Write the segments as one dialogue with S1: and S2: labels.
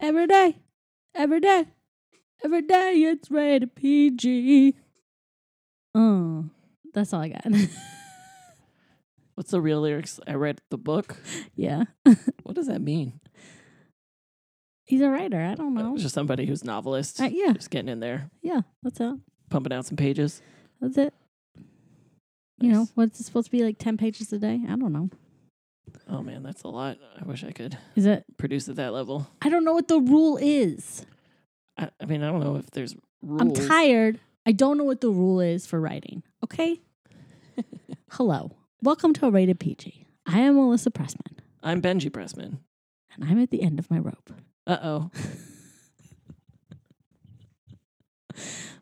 S1: Every day, every day, every day it's rated PG. Oh, that's all I got.
S2: What's the real lyrics? I read the book.
S1: yeah.
S2: What does that mean?
S1: He's a writer. I don't know.
S2: It's just somebody who's novelist.
S1: Uh, yeah,
S2: Just getting in there,
S1: yeah. That's it.
S2: pumping out some pages.
S1: That's it. You know,
S2: Nice.
S1: what's it supposed to be like 10 pages a day? I don't know.
S2: Oh man, that's a lot. I wish I could
S1: Is it?
S2: produce at that level.
S1: I don't know what the rule is.
S2: I, I mean, I don't know if there's rules.
S1: I'm tired. I don't know what the rule is for writing. Okay. Hello. Welcome to a rated PG. I am Melissa Pressman,
S2: I'm Benji Pressman.
S1: and I'm at the end of my rope.
S2: Uh oh.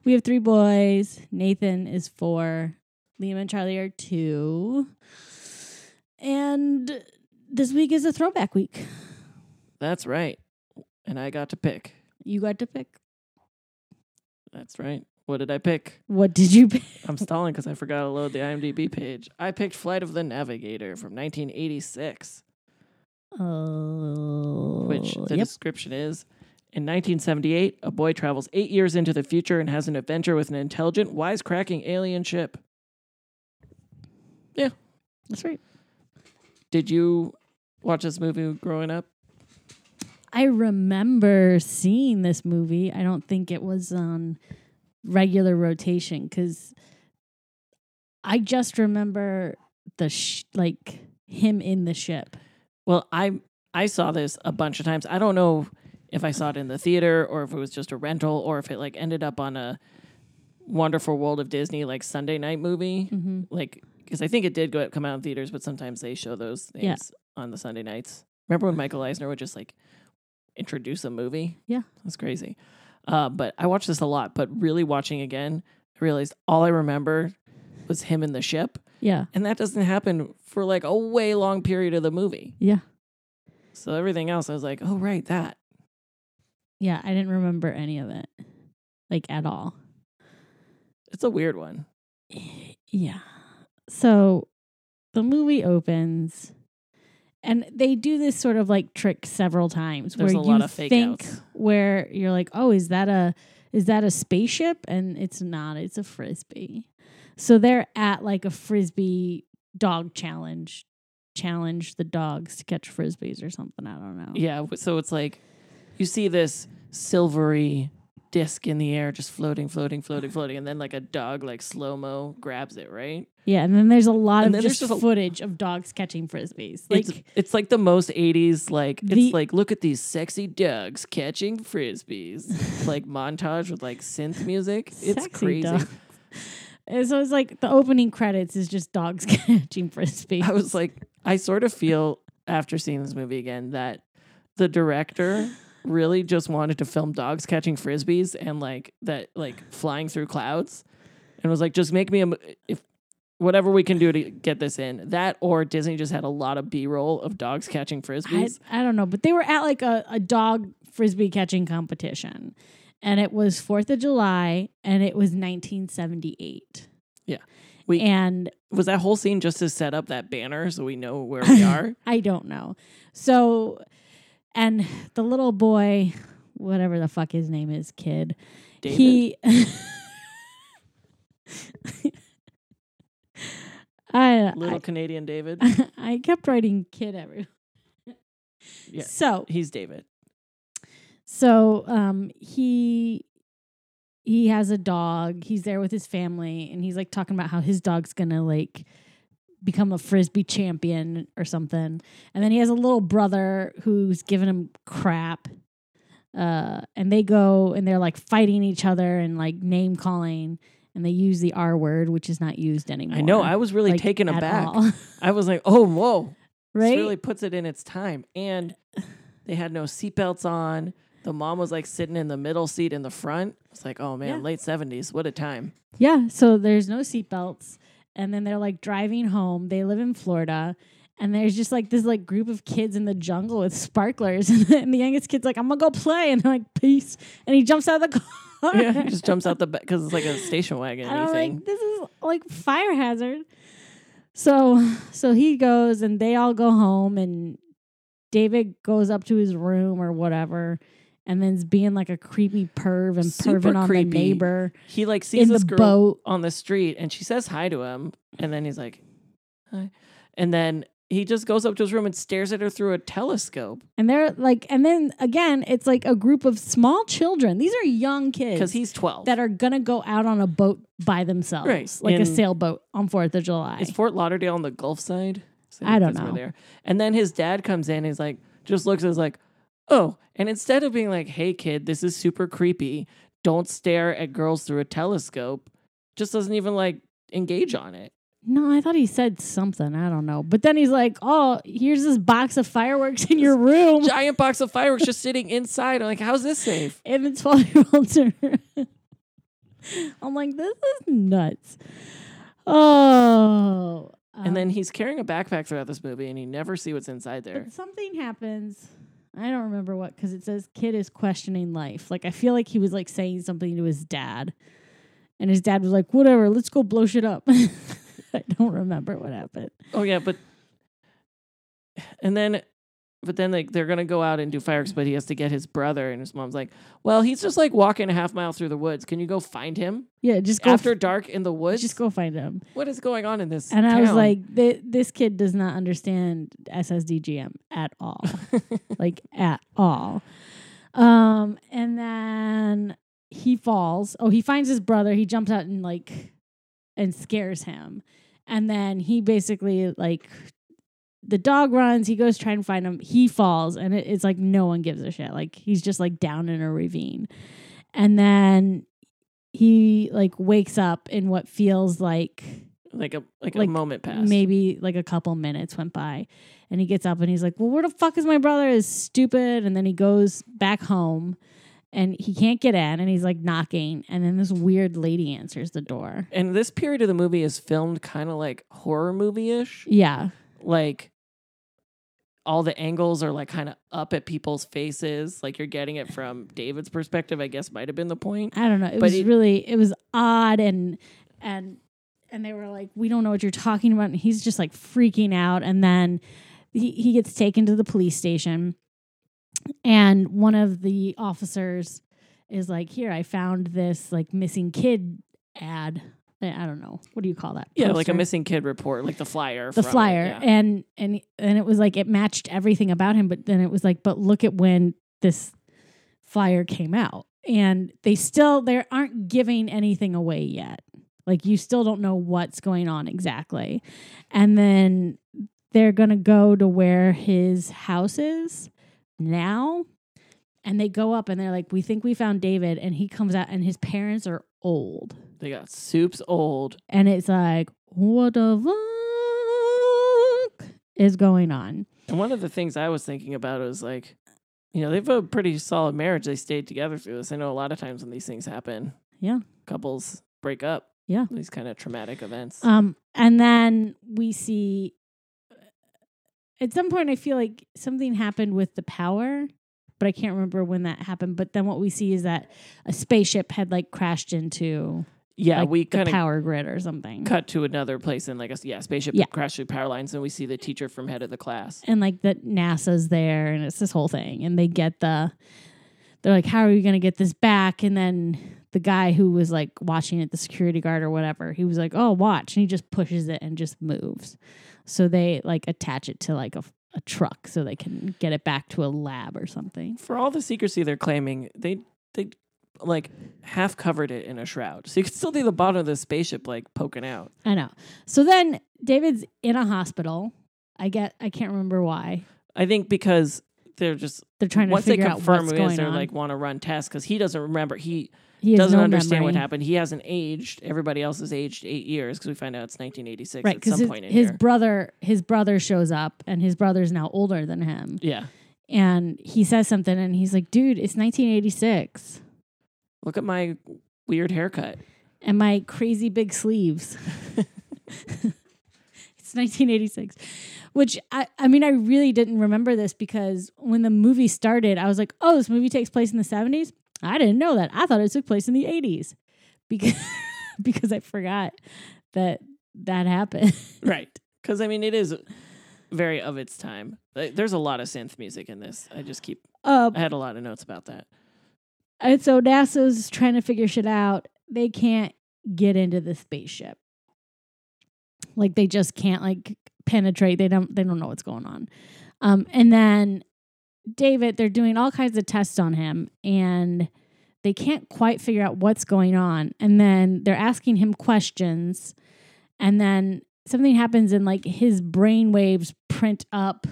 S1: We have three boys. Nathan is four. Liam and Charlie are two. And this week is a throwback week.
S2: That's right. And I got to pick.
S1: You got to pick.
S2: That's right. What did I pick?
S1: What did you pick?
S2: I'm stalling because I forgot to load the IMDb page. I picked Flight of the Navigator from 1986,
S1: Oh,
S2: which the
S1: yep.
S2: description is In 1978, a boy travels eight years into the future and has an adventure with an intelligent, wisecracking alien ship.
S1: That's right.
S2: Did you watch this movie growing up?
S1: I remember seeing this movie. I don't think it was on regular rotation because I just remember the sh- like him in the ship.
S2: Well, I I saw this a bunch of times. I don't know if I saw it in the theater or if it was just a rental or if it like ended up on a Wonderful World of Disney like Sunday night movie.
S1: Mm-hmm.
S2: Like because I think it did go come out in theaters, but sometimes they show those things
S1: Yeah.
S2: on the Sunday nights. Remember when Michael Eisner would just like introduce a movie?
S1: Yeah.
S2: that's crazy. Uh, but I watched this a lot. But really watching again, I realized all I remember was him in the ship,
S1: Yeah,
S2: and that doesn't happen for like a way long period of the movie.
S1: yeah,
S2: So everything else, I was like, oh right, that.
S1: yeah. I didn't remember any of it, like at all. Eh,
S2: It's a weird one.
S1: Yeah. So the movie opens and they do this sort of like trick several times
S2: There's
S1: where
S2: a
S1: you
S2: lot of fake
S1: think
S2: outs.
S1: where you're like, "Oh, is that a is that a spaceship?" and it's not. It's a frisbee. So they're at like a frisbee dog challenge. Challenge the dogs to catch frisbees or something. I don't know.
S2: Yeah. w- So it's like you see this silvery disc in the air, just floating, floating, floating, floating, and then like a dog, like slow mo, grabs it. Right.
S1: Yeah, and then there's a lot
S2: And
S1: of
S2: then there's
S1: just,
S2: just a-
S1: footage of dogs catching frisbees. Like
S2: it's it's like the most '80s. Like
S1: The-
S2: it's like look at these sexy dogs catching frisbees. like montage with like synth music. It's
S1: Sexy
S2: crazy.
S1: dogs. And so it's like the opening credits is just dogs catching frisbees.
S2: I was like, I sort of feel after seeing this movie again that the director really just wanted to film dogs catching frisbees and like that, like flying through clouds, and was like, just make me a mo- if whatever we can do to get this in that or Disney just had a lot of B roll of dogs catching
S1: I,
S2: frisbees.
S1: I don't know, but they were at like a, a dog frisbee catching competition. And it was 4th of July and it was 1978.
S2: Yeah. We-
S1: and
S2: was that whole scene just to set up that banner so we know where we are?
S1: I don't know. So, and the little boy, whatever the fuck his name is, kid,
S2: David?
S1: he. I,
S2: Little
S1: I,
S2: Canadian David.
S1: I kept writing kid every.
S2: Yeah.
S1: So
S2: He's David.
S1: so um he he has a dog. He's there with his family and he's like talking about how his dog's going to like become a frisbee champion or something. And then he has a little brother who's giving him crap. Uh and they go and they're like fighting each other and like name calling and they use the R word which is not used anymore.
S2: I know. I was really
S1: like,
S2: taken
S1: at
S2: aback.
S1: all.
S2: I was like, oh, whoa. This
S1: right?
S2: really puts it in its time. And they had no seatbelts on. The mom was like sitting in the middle seat in the front. It's like, oh man,
S1: Yeah.
S2: late seventies. What a time.
S1: Yeah, so there's no seatbelts. And then they're like driving home. They live in Florida. And there's just like this like group of kids in the jungle with sparklers. and the youngest kid's like, I'm gonna go play. And they're like, peace. And he jumps out of the car.
S2: Yeah, he just jumps out the back because it's like a station wagon.
S1: And I'm
S2: Anything.
S1: like, this is like fire hazard. So so he goes and they all go home and David goes up to his room or whatever and then's being like a creepy perv and
S2: Super
S1: perving on
S2: creepy.
S1: the neighbor
S2: He like sees
S1: in
S2: this
S1: the
S2: girl
S1: boat.
S2: on the street and she says hi to him and then he's like hi and then he just goes up to his room and stares at her through a telescope
S1: And they're like, and then again, it's like a group of small children. These are young
S2: because
S1: kids
S2: he's 12
S1: that are gonna go out on a boat by themselves,
S2: Right.
S1: like a
S2: In-
S1: sailboat on Fourth of July.
S2: is fort lauderdale on the gulf side So
S1: I don't
S2: that's where
S1: know.
S2: they are. and then his dad comes in and he's like just looks at us like oh and instead of being like hey kid this is super creepy don't stare at girls through a telescope just doesn't even like engage on it
S1: No, I thought he said something. I don't know. But then he's like, "Oh, here's this box of fireworks in your room."
S2: giant box of fireworks just sitting inside i'm like how's this safe
S1: And it's 12 year olds are. I'm like, this is nuts. Oh. um,
S2: And then he's carrying a backpack throughout this movie, and you never see what's inside there.
S1: But something happens. I don't remember what, because it says kid is questioning life. Like, I feel like he was like saying something to his dad. And his dad was like, whatever, let's go blow shit up. I don't remember what happened.
S2: Oh yeah, but and then, but then like they're gonna go out and do fireworks, but he has to get his brother, and his mom's like, "Well, he's just like walking a half mile through the woods. Can you go find him
S1: Yeah, just go
S2: after dark in the woods?
S1: just go find him.
S2: What is going on in this?"
S1: And I was
S2: town?"
S1: like, "Th- this kid does not understand SSDGM at all, like at all. Um, and then he falls. Oh, he finds his brother. He jumps out and like, and scares him. And then he basically like, the dog runs. He goes to try and find him. He falls, and it, it's like no one gives a shit. Like he's just like down in a ravine, and then he like wakes up in what feels like
S2: like a like,
S1: like,
S2: a moment passed.
S1: Maybe like a couple minutes went by and he gets up and he's like, Well, where the fuck is my brother? Is stupid. And then he goes back home and he can't get in and he's like knocking. And then this weird lady answers the door.
S2: And this period of the movie is filmed kind of like horror movie ish.
S1: Yeah.
S2: like all the angles are like kind of up at people's faces like you're getting it from david's perspective i guess might have been the point
S1: I don't know. It
S2: But
S1: was
S2: it-
S1: really it was odd and and and they were like, We don't know what you're talking about. And he's just like freaking out. And then he, he gets taken to the police station. And one of the officers is like, Here, I found this like missing kid ad. I I don't know. What do you call that?
S2: yeah like a
S1: Poster?
S2: missing kid report like the flyer
S1: the
S2: from it,
S1: flyer
S2: yeah.
S1: and and and it was like it matched everything about him but then it was like but look at when this flyer came out and they still they aren't giving anything away yet like you still don't know what's going on exactly and then they're going to go to where his house is now and they go up and they're like we think we found David and he comes out and his parents are old
S2: they got soups old
S1: and it's like, what the fuck is going on?
S2: and one of the things i was thinking about was like you know they've a pretty solid marriage they stayed together through this i know a lot of times when these things happen
S1: Yeah.
S2: couples break up
S1: Yeah.
S2: these kind of traumatic events
S1: Um, and then we see uh, at some point, I feel like something happened with the power, but I can't remember when that happened. But then what we see is that a spaceship had like crashed into
S2: yeah
S1: like,
S2: we
S1: the
S2: kind of
S1: power grid or something,
S2: cut to another place in like a yeah spaceship
S1: Yeah.
S2: crashed through power lines and we see the teacher from head of the class
S1: and like that NASA's there, and it's this whole thing, and they get the they're like, how are you going to get this back? And then the guy who was like watching it, the security guard or whatever, he was like, oh, watch. And he just pushes it and just moves. So they like attach it to like a, a truck so they can get it back to a lab or something.
S2: for all the secrecy they're claiming, they they like half covered it in a shroud, so you can still see the bottom of the spaceship like poking out.
S1: I know. So then David's in a hospital. I get, I can't remember why.
S2: I think because they're just
S1: They're trying to
S2: once they
S1: figure out
S2: confirm
S1: what's
S2: who
S1: going
S2: it is, they're
S1: on.
S2: like want to run tests because he doesn't remember. He
S1: he has
S2: doesn't
S1: no
S2: understand what
S1: memory.
S2: happened. He hasn't aged. Everybody else has aged eight years because we find out it's 1986
S1: Right,
S2: at
S1: because
S2: some
S1: his,
S2: point in
S1: his
S2: here.
S1: brother, his brother shows up, and his brother's now older than him.
S2: yeah,
S1: and he says something and he's like dude it's 1986
S2: look at my weird haircut.
S1: and my crazy big sleeves it's 1986 which I, I mean i really didn't remember this because when the movie started i was like oh this movie takes place in the 70s i didn't know that i thought it took place in the 80s because because i forgot that that happened
S2: Right, because I mean it is very of its time. Like, There's a lot of synth music in this. I just keep.
S1: Uh,
S2: I had a lot of notes about that.
S1: and so NASA's trying to figure shit out. They can't get into the spaceship. Like they just can't like penetrate. They don't they don't know what's going on. Um and then David, they're doing all kinds of tests on him and they can't quite figure out what's going on. And then they're asking him questions and then something happens and like his brain waves print up.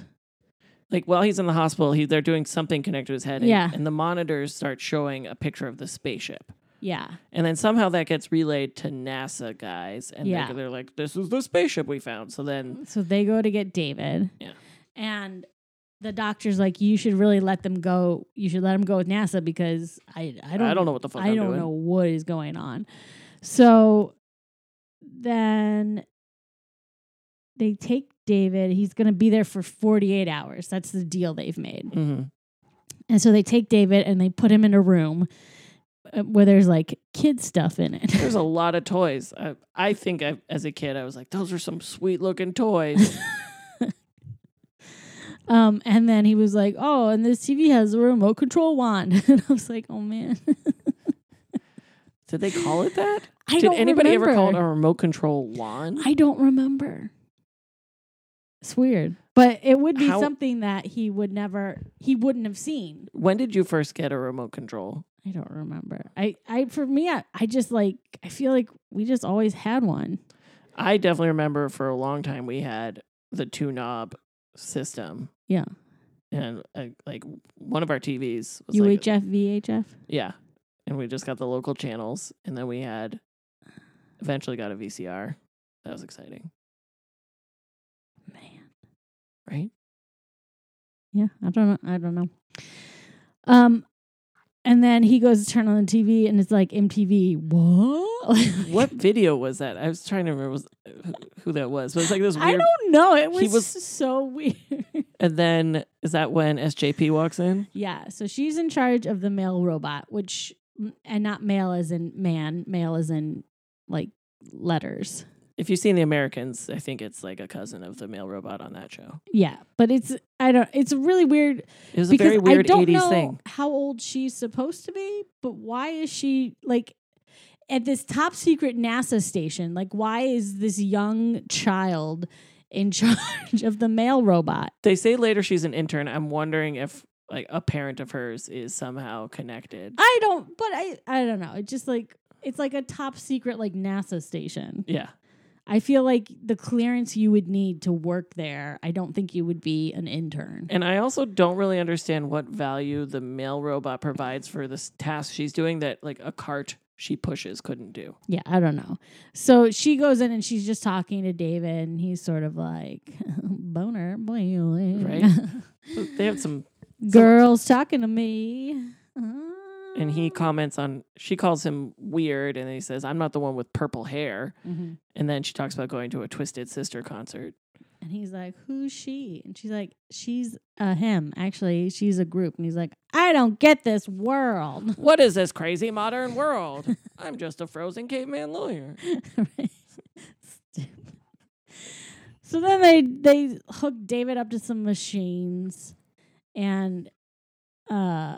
S2: Like while he's in the hospital, he they're doing something connected to his head. and-
S1: Yeah.
S2: And the monitors start showing a picture of the spaceship.
S1: Yeah.
S2: And then somehow that gets relayed to NASA guys, and
S1: Yeah.
S2: they, they're like, "This is the spaceship we found." So then,
S1: So they go to get David.
S2: Yeah.
S1: And the doctor's like, you should really let them go. You should let them go with NASA because I I
S2: I
S1: don't
S2: don't, know what the fuck
S1: I
S2: am
S1: don't
S2: doing.
S1: know what is going on. So then they take David. He's going to be there for 48 hours. That's the deal they've made.
S2: hmm
S1: And so they take David and they put him in a room uh, where there's like kid stuff in it.
S2: There's a lot of toys. I, I think I, as a kid, I was like, "Those are some sweet looking toys."
S1: Um, and then he was like, "Oh, and this TV has a remote control wand." and I was like, "Oh man,
S2: Did they call it that?
S1: I
S2: Did
S1: don't
S2: anybody
S1: remember.
S2: ever call it a remote control wand?
S1: I don't remember. It's weird, but it would be
S2: How-
S1: something that he would never, he wouldn't have seen.
S2: when did you first get a remote control?
S1: I don't remember. I, I, for me, I, I just like, I feel like we just always had one.
S2: I definitely remember for a long time we had the two knob system.
S1: Yeah.
S2: And uh, like one of our TVs was like,
S1: UHF, VHF.
S2: yeah, and we just got the local channels, and then we had eventually got a VCR. That was exciting,
S1: Man,
S2: right?
S1: yeah, I don't know. I don't know. Um. And then he goes to turn on the TV and it's like MTV. What?
S2: What video was that? I was trying to remember was, who- who that was. But it's like this
S1: I
S2: weird.
S1: don't know. It was,
S2: He was-
S1: so weird.
S2: And then is that when SJP walks in?
S1: yeah. So she's in charge of the male robot, which, and not male as in man, male as in like letters.
S2: If you've seen The Americans, I think it's like a cousin of the male robot on that show.
S1: Yeah. But it's, I don't, it's really weird
S2: It was a
S1: because
S2: very
S1: I
S2: weird
S1: don't
S2: 80s
S1: know
S2: thing.
S1: how old she's supposed to be, but why is she like at this top secret NASA station? Like, why is this young child in charge of the male robot?
S2: They say later she's an intern. I'm wondering if like a parent of hers is somehow connected.
S1: I don't, but I, I don't know. It's just like it's like a top secret like NASA station.
S2: Yeah.
S1: I feel like the clearance you would need to work there. I don't think you would be an intern.
S2: And I also don't really understand what value the male robot provides for this task she's doing that like a cart she pushes couldn't do.
S1: Yeah, I don't know. So she goes in and she's just talking to David, and he's sort of like boner, boy,
S2: Right. They have some
S1: Girls talking to me,
S2: and he comments on she calls him weird and he says, I'm not the one with purple hair.
S1: Mhm.
S2: And then she talks about going to a Twisted Sister concert.
S1: and he's like, "Who's she?" And she's like, "She's a him. Actually, she's a group." And he's like, "I don't get this world."
S2: What is this crazy modern world? I'm just a frozen caveman lawyer.
S1: Right. Stupid. so then they they hook David up to some machines, and uh,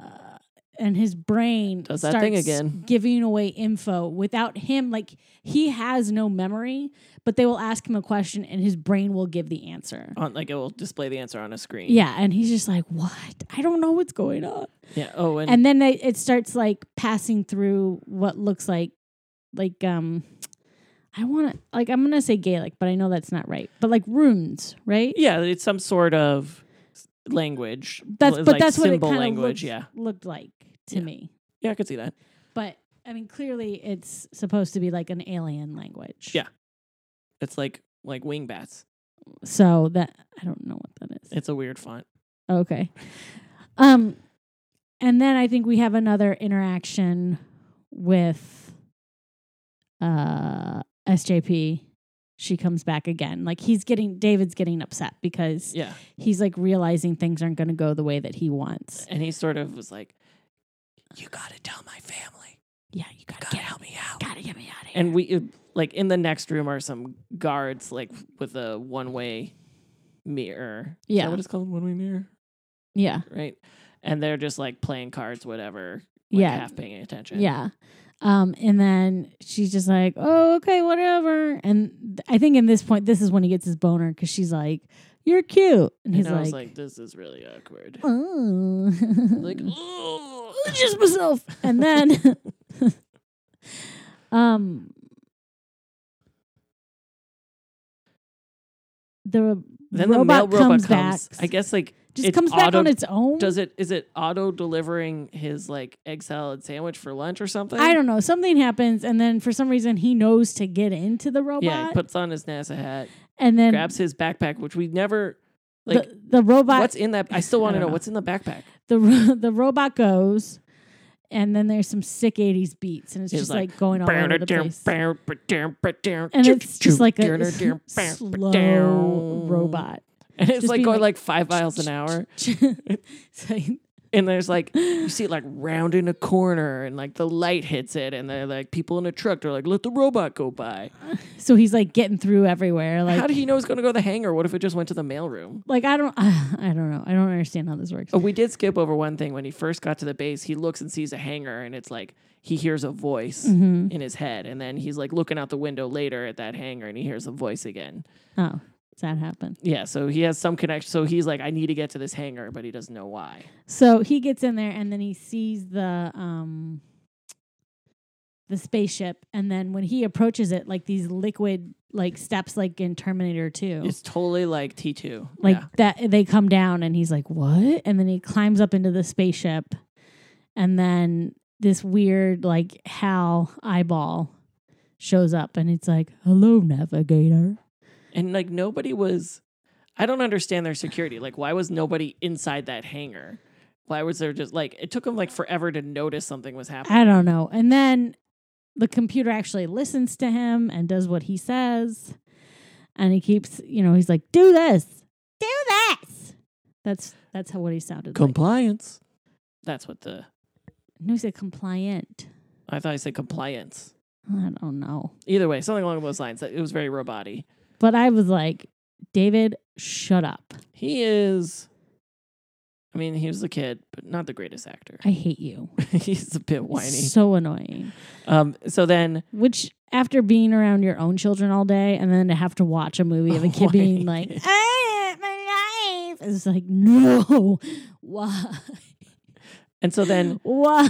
S1: and his brain
S2: Does that thing
S1: starts
S2: again.
S1: giving away info without him. Like he has no memory, but they will ask him a question, and his brain will give the answer.
S2: On like it will display the answer on a screen.
S1: Yeah, and he's just like, "What? I don't know what's going on."
S2: Yeah. Oh, and,
S1: and then they, it starts like passing through what looks like like um i want to like i'm gonna say gaelic but i know that's not right but like runes right
S2: yeah, it's some sort of s- language.
S1: that's
S2: l-
S1: but
S2: like
S1: that's what it
S2: symbol
S1: kind of looked,
S2: language. yeah.
S1: looked like to
S2: Yeah.
S1: me
S2: Yeah, I could see that.
S1: but i mean clearly it's supposed to be like an alien language
S2: Yeah. It's like like wing bats.
S1: so that i don't know what that is
S2: It's a weird font.
S1: Okay. Um and then I think we have another interaction with uh SJP. She comes back again. Like he's getting David's getting upset because
S2: Yeah.
S1: he's like realizing things aren't going to go the way that he wants.
S2: And he sort of was like, You gotta tell my family.
S1: Yeah, you got to
S2: Gotta
S1: get out.
S2: help me out. uh,
S1: Got to get me out of here.
S2: And we like in the next room are some guards like with a one way mirror. Is
S1: Yeah.
S2: that what it's called? One way mirror,
S1: Yeah.
S2: right? And they're just like playing cards, whatever. Like
S1: Yeah.
S2: half paying attention.
S1: Yeah. Um, and then she's just like, oh, okay, whatever. And th- I think in this point, this is when he gets his boner because she's like, you're cute. And
S2: And
S1: he's
S2: I
S1: like,
S2: was like, this is really awkward.
S1: oh.
S2: Like, oh,
S1: just myself. And then, um, the
S2: then the
S1: robot
S2: male robot
S1: comes
S2: comes.
S1: back.
S2: I guess like
S1: just
S2: it's
S1: comes back
S2: auto-
S1: on its own.
S2: does it is it auto delivering his like egg salad sandwich for lunch or something?
S1: I don't know. Something happens, and then for some reason he knows to get into the robot.
S2: Yeah, he puts on his NASA hat,
S1: and then
S2: grabs his backpack, which we never like.
S1: the, the robot
S2: what's in that? I still
S1: I
S2: want to
S1: don't
S2: know,
S1: know.
S2: what's in the backpack.
S1: the ro- the robot goes, and then there's some sick '80s beats, and it's
S2: It's
S1: just
S2: like,
S1: like, going all over the place.
S2: And
S1: And it's just like a slow robot.
S2: And it's
S1: just
S2: like
S1: being
S2: going
S1: like,
S2: like five miles an hour.
S1: It's like-
S2: And there's like you see it like rounding a corner and like the light hits it and they're like people in a truck, they're like, let the robot go by.
S1: so he's like getting through everywhere. Like,
S2: How did he know it's gonna go to the hangar? What if it just went to the mailroom?
S1: like I don't, I don't know. I don't understand how this works.
S2: Oh, we did skip over one thing. When he first got to the base, he looks and sees a hangar, and it's like he hears a voice
S1: Mm-hmm.
S2: in his head, and then he's like looking out the window later at that hangar, and he hears a voice again.
S1: Oh, does that happen?
S2: Yeah, so he has some connection. So he's like, I need to get to this hangar, but he doesn't know why.
S1: So he gets in there, and then he sees the um the spaceship, and then when he approaches it, like these liquid like steps, like in Terminator Two.
S2: It's totally like T two.
S1: Oh. like that they come down and he's like what and then he climbs up into the spaceship and then this weird like hal eyeball shows up and it's like hello navigator
S2: and like nobody was. I don't understand their security. Like, why was nobody inside that hangar? Why was there just like it took him like forever to notice something was happening?
S1: i don't know and then the computer actually listens to him and does what he says and he keeps you know he's like do this do this that's that's how what he sounded like
S2: Compliance. That's what the
S1: no he said compliant
S2: I thought I said compliance.
S1: i don't know
S2: Either way, something along those lines. It was very roboty.
S1: but i was like david shut up
S2: He is. I mean, he was a kid, but not the greatest actor.
S1: I hate you.
S2: He's a bit whiny.
S1: So annoying.
S2: Um. So then,
S1: Which after being around your own children all day and then to have to watch a movie of a kid being like,
S2: Why?
S1: I hate my life. It's like, no. Why?
S2: and so then
S1: Why?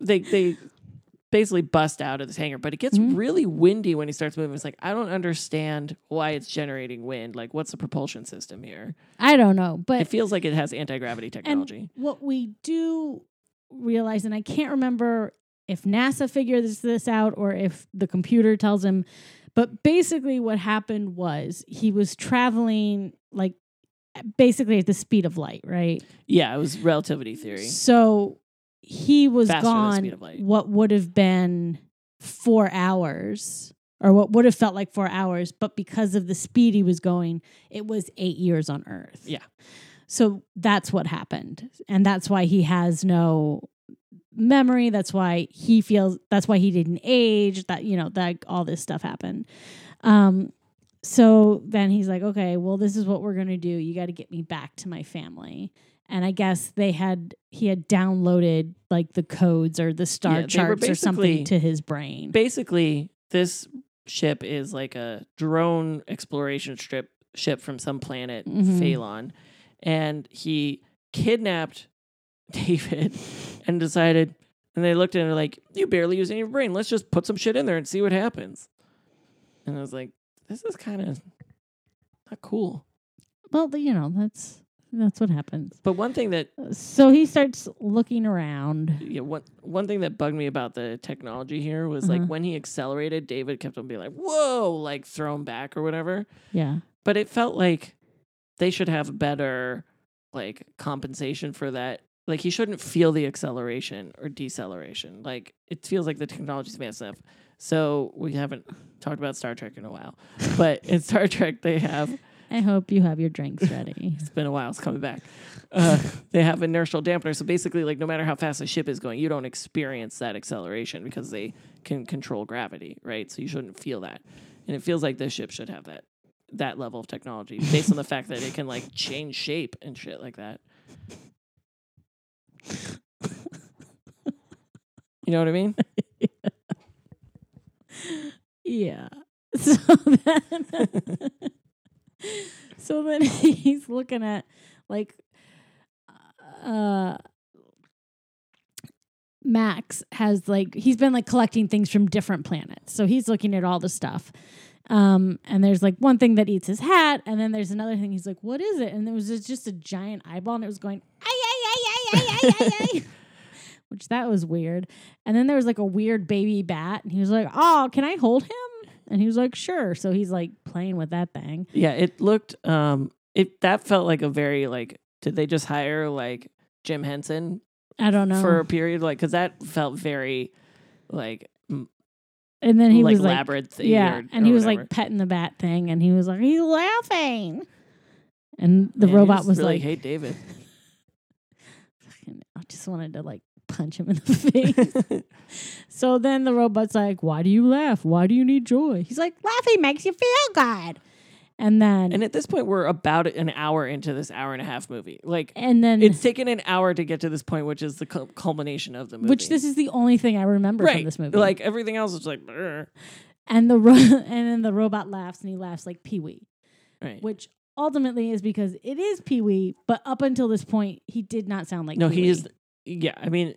S2: they they basically bust out of this hangar, but it gets
S1: Mhm.
S2: really windy when he starts moving. It's like I don't understand why it's generating wind. Like, what's the propulsion system here?
S1: I don't know.
S2: It
S1: But
S2: feels like it has anti gravity technology.
S1: what we do realize, and I can't remember if NASA figures this out or if the computer tells him, but basically what happened was he was traveling like basically at the speed of light, right?
S2: yeah, it was relativity theory.
S1: So he was
S2: Faster than the
S1: gone
S2: speed of light.
S1: what would have been four hours or what would have felt like four hours, but because of the speed he was going, it was eight years on Earth.
S2: Yeah.
S1: So that's what happened. And that's why he has no memory. That's why he feels that's why he didn't age. That you know, that all this stuff happened. Um so then he's like, okay, well, this is what we're gonna do. You gotta get me back to my family and I guess they had he had downloaded like the codes or the
S2: Yeah,
S1: star
S2: they were
S1: charts or
S2: basically-
S1: something to his brain.
S2: basically this ship is like a drone exploration strip ship from some planet
S1: Mhm.
S2: Phalon and he kidnapped David and decided and they looked at him like you barely use any of your brain let's just put some shit in there and see what happens and I was like this is kind of not cool
S1: well, you know that's that's what happens.
S2: but one thing that
S1: So he starts looking around.
S2: yeah, one one thing that bugged me about the technology here was like
S1: Uh-huh.
S2: when he accelerated David kept on being like whoa like thrown back or whatever
S1: Yeah,
S2: but it felt like they should have better like compensation for that like he shouldn't feel the acceleration or deceleration like it feels like the technology's advanced enough so we haven't talked about star trek in a while but in star trek they have
S1: I hope you have your drinks ready.
S2: it's been a while it's coming back uh, they have inertial dampener so basically like no matter how fast the ship is going you don't experience that acceleration because they can control gravity right so you shouldn't feel that and it feels like this ship should have that that level of technology based on the fact that it can like change shape and shit like that. You know what I mean?
S1: Yeah. So then, so then he's looking at like uh Max has like he's been like collecting things from different planets. So he's looking at all the stuff. Um and there's like one thing that eats his hat and then there's another thing he's like what is it? And it was just- just a giant eyeball and it was going ay ay ay ay ay ay ay. Which that was weird. And then there was like a weird baby bat and he was like, "Oh, can I hold him?" And he was like, "Sure." So he's like playing with that thing.
S2: Yeah, it looked um it that felt like a very like did they just hire like Jim Henson
S1: I don't know.
S2: for a period like cuz that felt very like m-
S1: and then he
S2: like
S1: was like
S2: labyrinth
S1: Yeah, and he was like petting the bat thing, and he was like, he's laughing. And the robot was like,
S2: "Hey David."
S1: "Fucking- I just wanted to like punch him in the face. so then the robot's like, why do you laugh? Why do you need joy? He's like, laughing makes you feel good. And then and,
S2: and at this point we're about an hour into this hour and a half movie. Like
S1: then
S2: it's taken an hour to get to this point which is the cul- culmination of the movie.
S1: which this is the only thing I remember
S2: right.
S1: from this movie.
S2: Like everything else is like "Brr."
S1: and the ro- and then the robot laughs and he laughs like Pee Wee,
S2: right.
S1: which ultimately is because it is Pee Wee, but up until this point he did not sound like
S2: No,
S1: Pee-wee.
S2: he is. Yeah, I mean,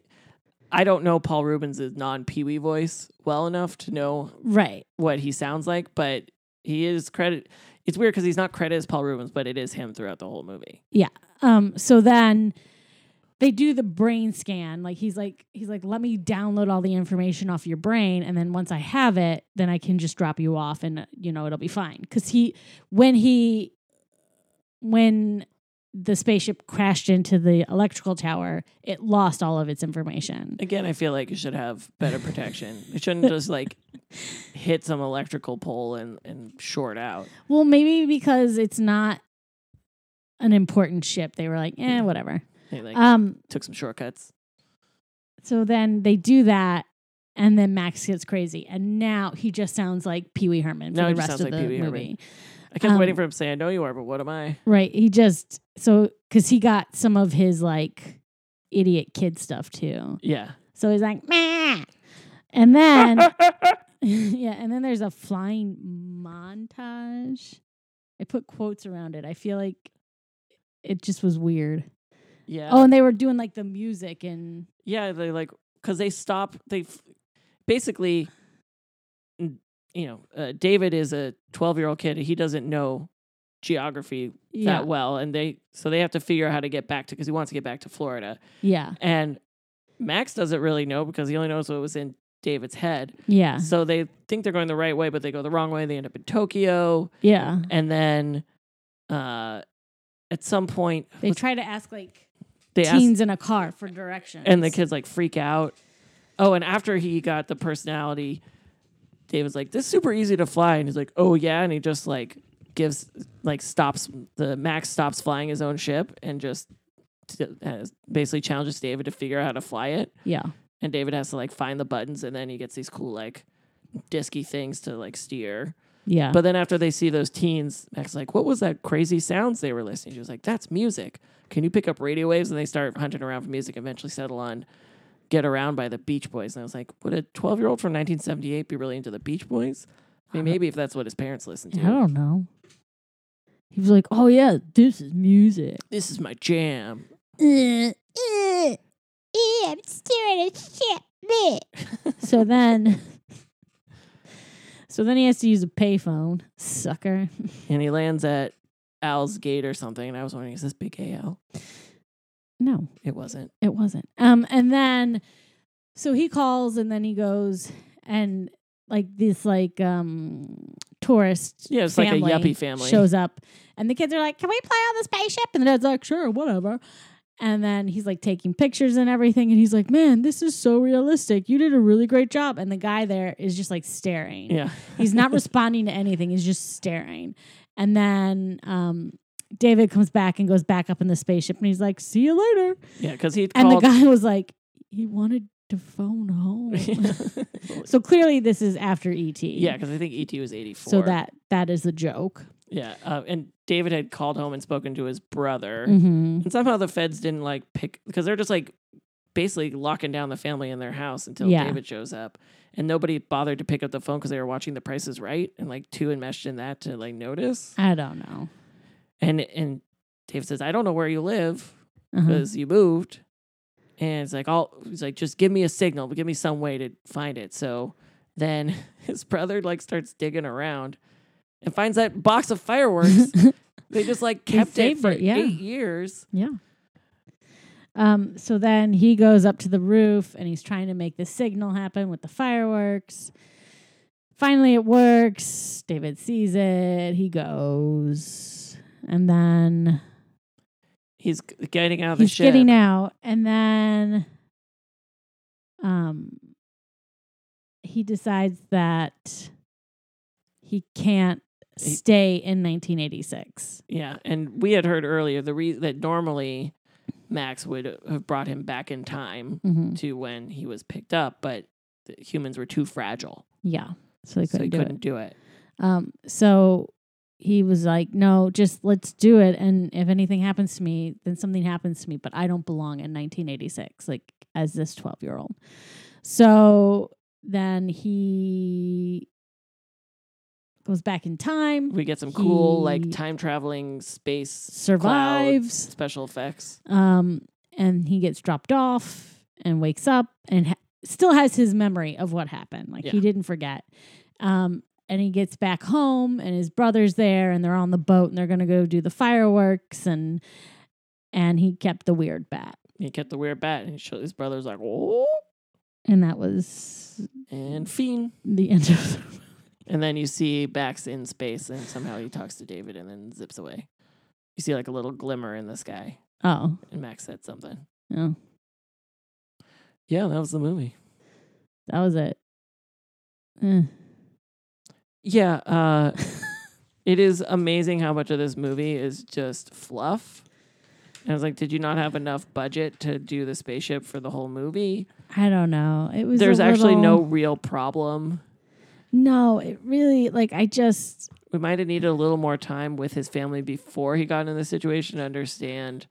S2: I don't know Paul Rubens' non Pee Wee voice well enough to know
S1: right.
S2: what he sounds like, but he is credit. It's weird because he's not credited as Paul Rubens, but it is him throughout the whole movie.
S1: Um, so then they do the brain scan. Like he's like he's like, let me download all the information off your brain, and then once I have it, then I can just drop you off, and uh, you know it'll be fine. Because he when he when the spaceship crashed into the electrical tower, it lost all of its information.
S2: Again, I feel like it should have better protection. It shouldn't just like hit some electrical pole and and short out.
S1: Well, maybe because it's not an important ship, they were like, eh, whatever.
S2: They like
S1: Um,
S2: took some shortcuts.
S1: So then they do that, and then Max gets crazy, and now he just sounds like Pee Wee Herman for
S2: Now he
S1: the
S2: just
S1: rest of
S2: sounds like
S1: the
S2: Pee Wee
S1: movie.
S2: Herman. I kept
S1: Um,
S2: waiting for him to say, "I know you are, but what am I?"
S1: Right? He just so because he got some of his like idiot kid stuff too.
S2: Yeah.
S1: So he's like, Meh. and then yeah, and then there's a flying montage. I put quotes around it. I feel like it just was weird.
S2: yeah.
S1: Oh, and they were doing like the music and
S2: yeah they like because they stop they f- basically n- you know uh, david is a 12 year old kid he doesn't know geography
S1: yeah,
S2: that well and they so they have to figure out how to get back to because he wants to get back to florida
S1: yeah,
S2: and max doesn't really know because he only knows what was in david's head
S1: yeah,
S2: so they think they're going the right way but they go the wrong way they end up in tokyo
S1: yeah.
S2: and then uh at some point
S1: They try to ask like
S2: they ask
S1: teens in a car for directions.
S2: and the kids like freak out. Oh, and after he got the personality, David's like, "This is super easy to fly," and he's like, "Oh yeah," and he just like gives like stops the Max stops flying his own ship and just t- uh, basically challenges David to figure out how to fly it,
S1: yeah,
S2: and David has to like find the buttons, and then he gets these cool like disky things to like steer.
S1: yeah,
S2: But then after they see those teens, Max's like, "What was that crazy sounds they were listening?" to? She was like, "That's music. Can you pick up radio waves?" And they start hunting around for music. Eventually, settle on "Get Around" by the Beach Boys. And I was like, "Would a twelve-year-old from 1978 be really into the Beach Boys?" I mean, maybe if that's what his parents listened
S1: I
S2: to.
S1: don't know. He was like, "Oh yeah, this is music."
S2: This is my jam.
S1: I'm staring at shit. so then, so then he has to use a payphone, sucker.
S2: And he lands at Al's Gate or something. And I was wondering, is this Big AL?
S1: No,
S2: It wasn't.
S1: It wasn't. Um, and then so he calls and then he goes and like this like um tourist
S2: Yeah, it's like a yuppie family.
S1: shows up and the kids are like, Can we play on the spaceship? And the dad's like, Sure, whatever. And then he's like taking pictures and everything, and he's like, Man, this is so realistic. You did a really great job. And the guy there is just like staring.
S2: Yeah.
S1: He's not responding to anything. He's just staring. And then um, David comes back and goes back up in the spaceship, and he's like, "See you later."
S2: Yeah, because he
S1: And the
S2: called.
S1: guy was like, "He wanted to phone home." so clearly, this is after E ET.
S2: yeah, because I think ET E was 84.
S1: So that that is a joke.
S2: Yeah. Uh, and David had called home and spoken to his brother.
S1: hmm
S2: And somehow the feds didn't like pick because they're just like basically locking down the family in their house until
S1: Yeah.
S2: David shows up. And nobody bothered to pick up the phone because they were watching The Price is Right and like too enmeshed in that to like notice.
S1: I don't know.
S2: And and David says, I don't know where you live
S1: Uh-huh.
S2: because you moved. And it's like, all he's like, just give me a signal, but give me some way to find it. So then his brother like starts digging around and finds that box of fireworks. they just like
S1: They
S2: kept it
S1: saved
S2: for
S1: it, yeah.
S2: eight years.
S1: Yeah. Um, so then he goes up to the roof and he's trying to make the signal happen with the fireworks. Finally, it works. David sees it. He goes. And then
S2: He's g- getting out of
S1: he's
S2: the ship.
S1: getting out. And then um, he decides that he can't
S2: He-
S1: stay in 1986.
S2: Yeah, and we had heard earlier the re- that normally Max would have brought him back in time
S1: Mm-hmm.
S2: to when he was picked up, but the humans were too fragile,
S1: Yeah. So he couldn't
S2: so he
S1: do it.
S2: couldn't do it.
S1: Um, so he was like, "No, just let's do it. And if anything happens to me, then something happens to me. But I don't belong in 1986, like as this 12 year old." So then he goes back in time,
S2: We get some cool
S1: He-
S2: like time traveling space cloud
S1: survives,
S2: special effects.
S1: um, and he gets dropped off and wakes up and ha- still has his memory of what happened. Like he
S2: Yeah.
S1: didn't forget. Um, and he gets back home, and his brother's there, and they're on the boat, and they're gonna go do the fireworks, and and he kept the weird bat,
S2: He kept the weird bat, and he showed, his brother's like, "Oh,"
S1: and that was
S2: and fiend.
S1: the end of. The-
S2: And then you see Bax in space, and somehow he talks to David, and then zips away. You see like a little glimmer in the sky,
S1: oh,
S2: and Max said something.
S1: oh,
S2: Yeah, that was the movie.
S1: that was it. Eh.
S2: Yeah, uh, it is amazing how much of this movie is just fluff. And I was like, did you not have enough budget to do the spaceship for the whole movie?
S1: I don't know. It was. a
S2: There's actually no
S1: little-
S2: real problem.
S1: No, it really like I just
S2: We might have needed a little more time with his family before he got in this situation to understand,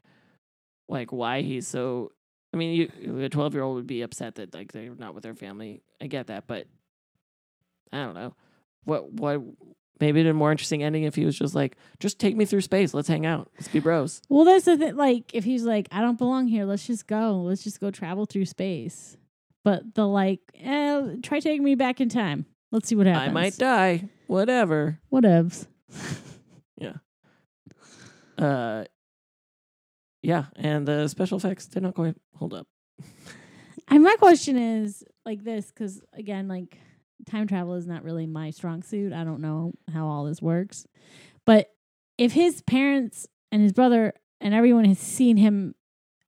S2: like, why he's so. I mean, you, a 12 year old would be upset that like they're not with their family. I get that, but I don't know. What what? Maybe it'd been a more interesting ending if he was just like, just take me through space. Let's hang out. Let's be bros.
S1: Well, that's the thing. Like, if he's like, I don't belong here. Let's just go. Let's just go travel through space. But the like, eh, try taking me back in time. Let's see what happens.
S2: I might die. Whatever.
S1: Whatevs.
S2: Uh, yeah. And the special effects did not quite hold up.
S1: And my question is like this, because again, like time travel is not really my strong suit. I don't know how all this works. But if his parents and his brother and everyone has seen him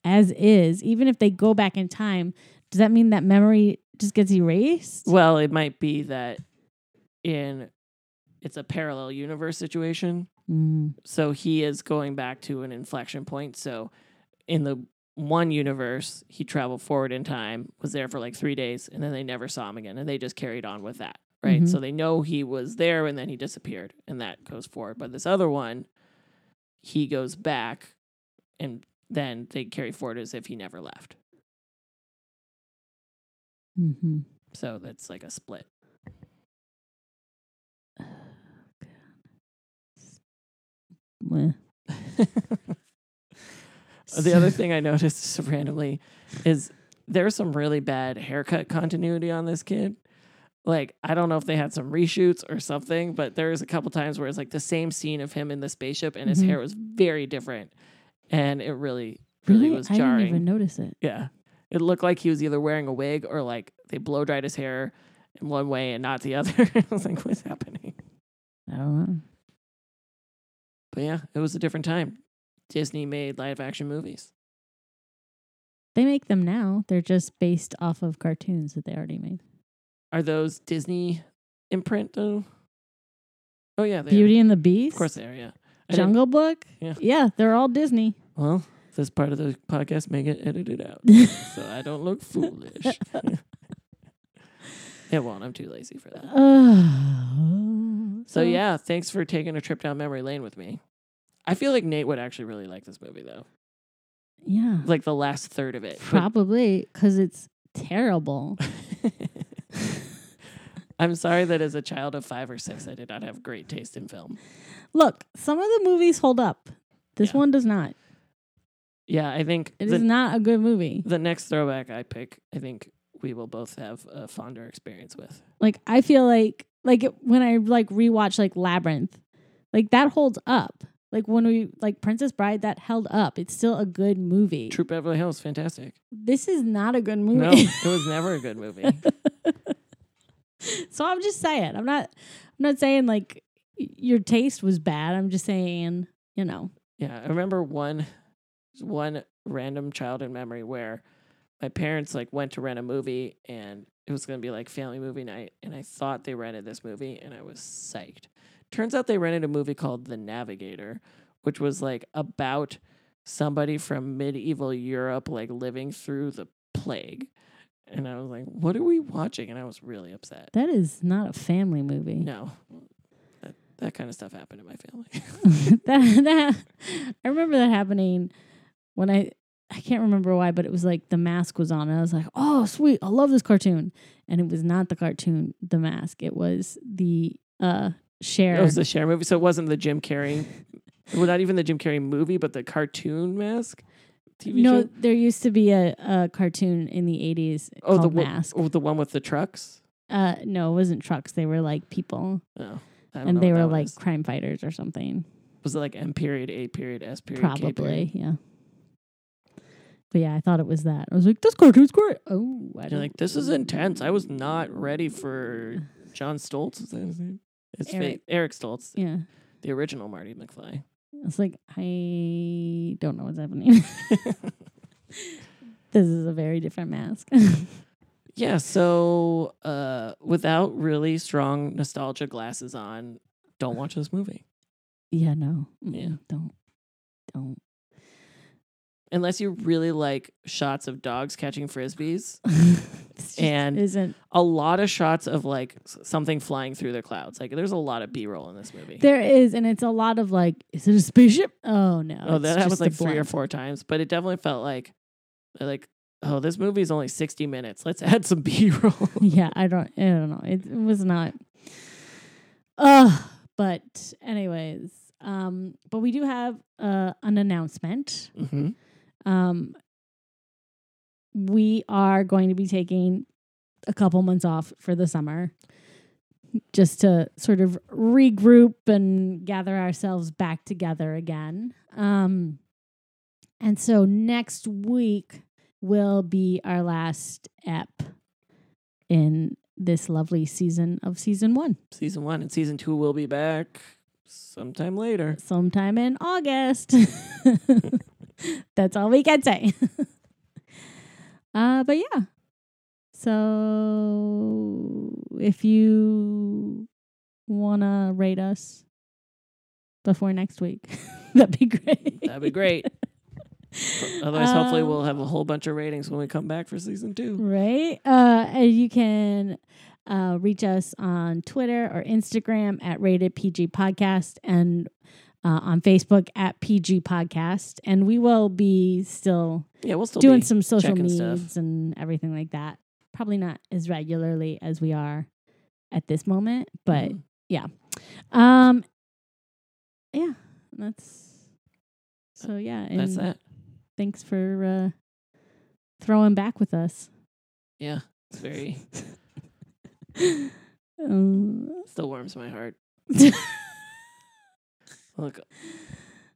S1: as is, even if they go back in time, does that mean that memory just gets erased?
S2: Well, it might be that in it's a parallel universe situation.
S1: Mm.
S2: So he is going back to an inflection point. So in the one universe, he traveled forward in time, was there for like three days, and then they never saw him again. And they just carried on with that. Right.
S1: Mhm.
S2: So they know he was there and then he disappeared, and that goes forward. But this other one, he goes back and then they carry forward as if he never left.
S1: Mm-hmm.
S2: So that's like a split.
S1: Meh.
S2: Uh, The other thing I noticed just randomly is there's some really bad haircut continuity on this kid. Like, I don't know if they had some reshoots or something, but there was a couple times where it's like the same scene of him in the spaceship and his
S1: Mhm.
S2: hair was very different. And it really, really, was jarring.
S1: I didn't even notice it.
S2: Yeah. It looked like he was either wearing a wig or like they blow dried his hair in one way and not the other. I was like, what's happening?
S1: I don't know.
S2: But yeah, it was a different time. Disney made live action movies.
S1: They make them now. They're just based off of cartoons that they already made.
S2: Are those Disney imprint though? Oh yeah, they
S1: Beauty and the
S2: Are.
S1: Beast,
S2: Of course they are. Yeah. I didn't-
S1: Jungle Book.
S2: Yeah.
S1: they're all Disney.
S2: Well, this part of the podcast may get edited out, so I don't look foolish. it won't. I'm too lazy for that.
S1: Oh,
S2: So yeah, thanks for taking a trip down memory lane with me. I feel like Nate would actually really like this movie though.
S1: Yeah.
S2: Like the last third of it. but-
S1: Probably because it's terrible.
S2: I'm sorry that as a child of five or six, I did not have great taste in film.
S1: Look, some of the movies hold up. This
S2: Yeah.
S1: one does not.
S2: Yeah, I think
S1: It is
S2: the,
S1: not a good movie.
S2: the next throwback I pick, I think we will both have a fonder experience with.
S1: Like I feel like like it- when I like rewatch like Labyrinth, like that holds up. Like when we like Princess Bride, that held up. It's still a good movie.
S2: True Beverly Hills, fantastic.
S1: This is not a good
S2: No,
S1: movie.
S2: it was never a good movie.
S1: so I'm just saying. I'm not. I'm not saying like y- your taste was bad. I'm just saying you know.
S2: Yeah, I remember one one random child in memory where my parents like went to rent a movie and it was going to be like family movie night and I thought they rented this movie and I was psyched. Turns out they rented a movie called The Navigator, which was like about somebody from medieval Europe like living through the plague. And I was like, "What are we watching?" And I was really upset.
S1: That is not a family movie.
S2: No. That that kind of stuff happened in my family.
S1: that that I remember that happening when I I can't remember why, but it was like the mask was on, and I was like, "Oh, sweet! I love this cartoon." And it was not the cartoon, the mask. It was the uh share.
S2: It was the Cher movie, so it wasn't the Jim Carrey. well, not even the Jim Carrey movie, but the cartoon mask TV
S1: no,
S2: show.
S1: there used to be a, a cartoon in the eighties
S2: Oh, the
S1: called
S2: one,
S1: Mask.
S2: oh, the one with the trucks.
S1: Uh, no, it wasn't trucks. They were like people,
S2: No, I don't know
S1: and they
S2: what
S1: were
S2: that
S1: like
S2: was.
S1: crime fighters or something.
S2: was it like M period, A period, S period, K period?
S1: Probably, yeah. But yeah, I thought it was that. I was like, "This cartoon's great." Oh, I
S2: You're
S1: don't
S2: like, this is intense. I was not ready for John Stoltz. Is that his name? It's
S1: Eric.
S2: Eric. Eric Stoltz,
S1: yeah.
S2: the original Marty McFly.
S1: It's like I don't know what's happening. this is a very different mask.
S2: Yeah, so uh, without really strong nostalgia glasses on, don't watch this movie.
S1: yeah, no.
S2: Yeah.
S1: Mm, Don't. Don't.
S2: Unless you really like shots of dogs catching frisbees.
S1: This just
S2: And-
S1: isn't
S2: a lot of shots of like s- something flying through the clouds. Like there's a lot of B-roll in this movie.
S1: there is and it's a lot of like is it a spaceship? Oh no.
S2: oh,
S1: it's
S2: that happened
S1: just a
S2: like three or
S1: blimp.
S2: four times, but it definitely felt like like oh, this movie is only 60 minutes. Let's add some B-roll.
S1: Yeah, I don't I don't know. It, it was not Ugh. But anyways, um but we do have uh an announcement.
S2: Mhm.
S1: um, we are going to be taking a couple months off for the summer just to sort of regroup and gather ourselves back together again. Um, and so next week will be our last ep in this lovely season of season one,
S2: Season 1 and season 2 will be back sometime later.
S1: sometime in August. That's all we can say. uh, but yeah. So if you want to rate us before next week, that'd be great.
S2: That'd be great. Otherwise, hopefully
S1: Um, mm.
S2: we'll have a whole bunch of ratings when we come back for season 2.
S1: Right? Uh, and you can uh, reach us on Twitter or Instagram at Rated PG Podcast and uh, on Facebook at PG Podcast. And we will be still
S2: Yeah, we'll still
S1: doing
S2: be.
S1: some social
S2: checking
S1: needs
S2: stuff.
S1: and everything like that. Probably not as regularly as we are at this moment, but
S2: Mhm. Mm-hmm.
S1: um, yeah, that's so. Yeah, and
S2: Mm, that's that.
S1: thanks for uh, throwing back with us.
S2: Yeah. It's very
S1: Um,
S2: still warms my heart. Look,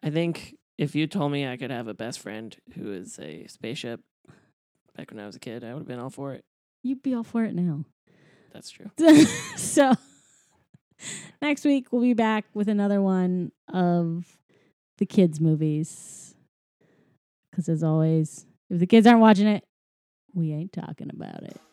S2: I think if you told me I could have a best friend who is a spaceship back when I was a kid, I would have been all for it.
S1: you'd be all for it now.
S2: That's true.
S1: so next week we'll be back with another one of the kids movies because as always if the kids aren't watching it we ain't talking about it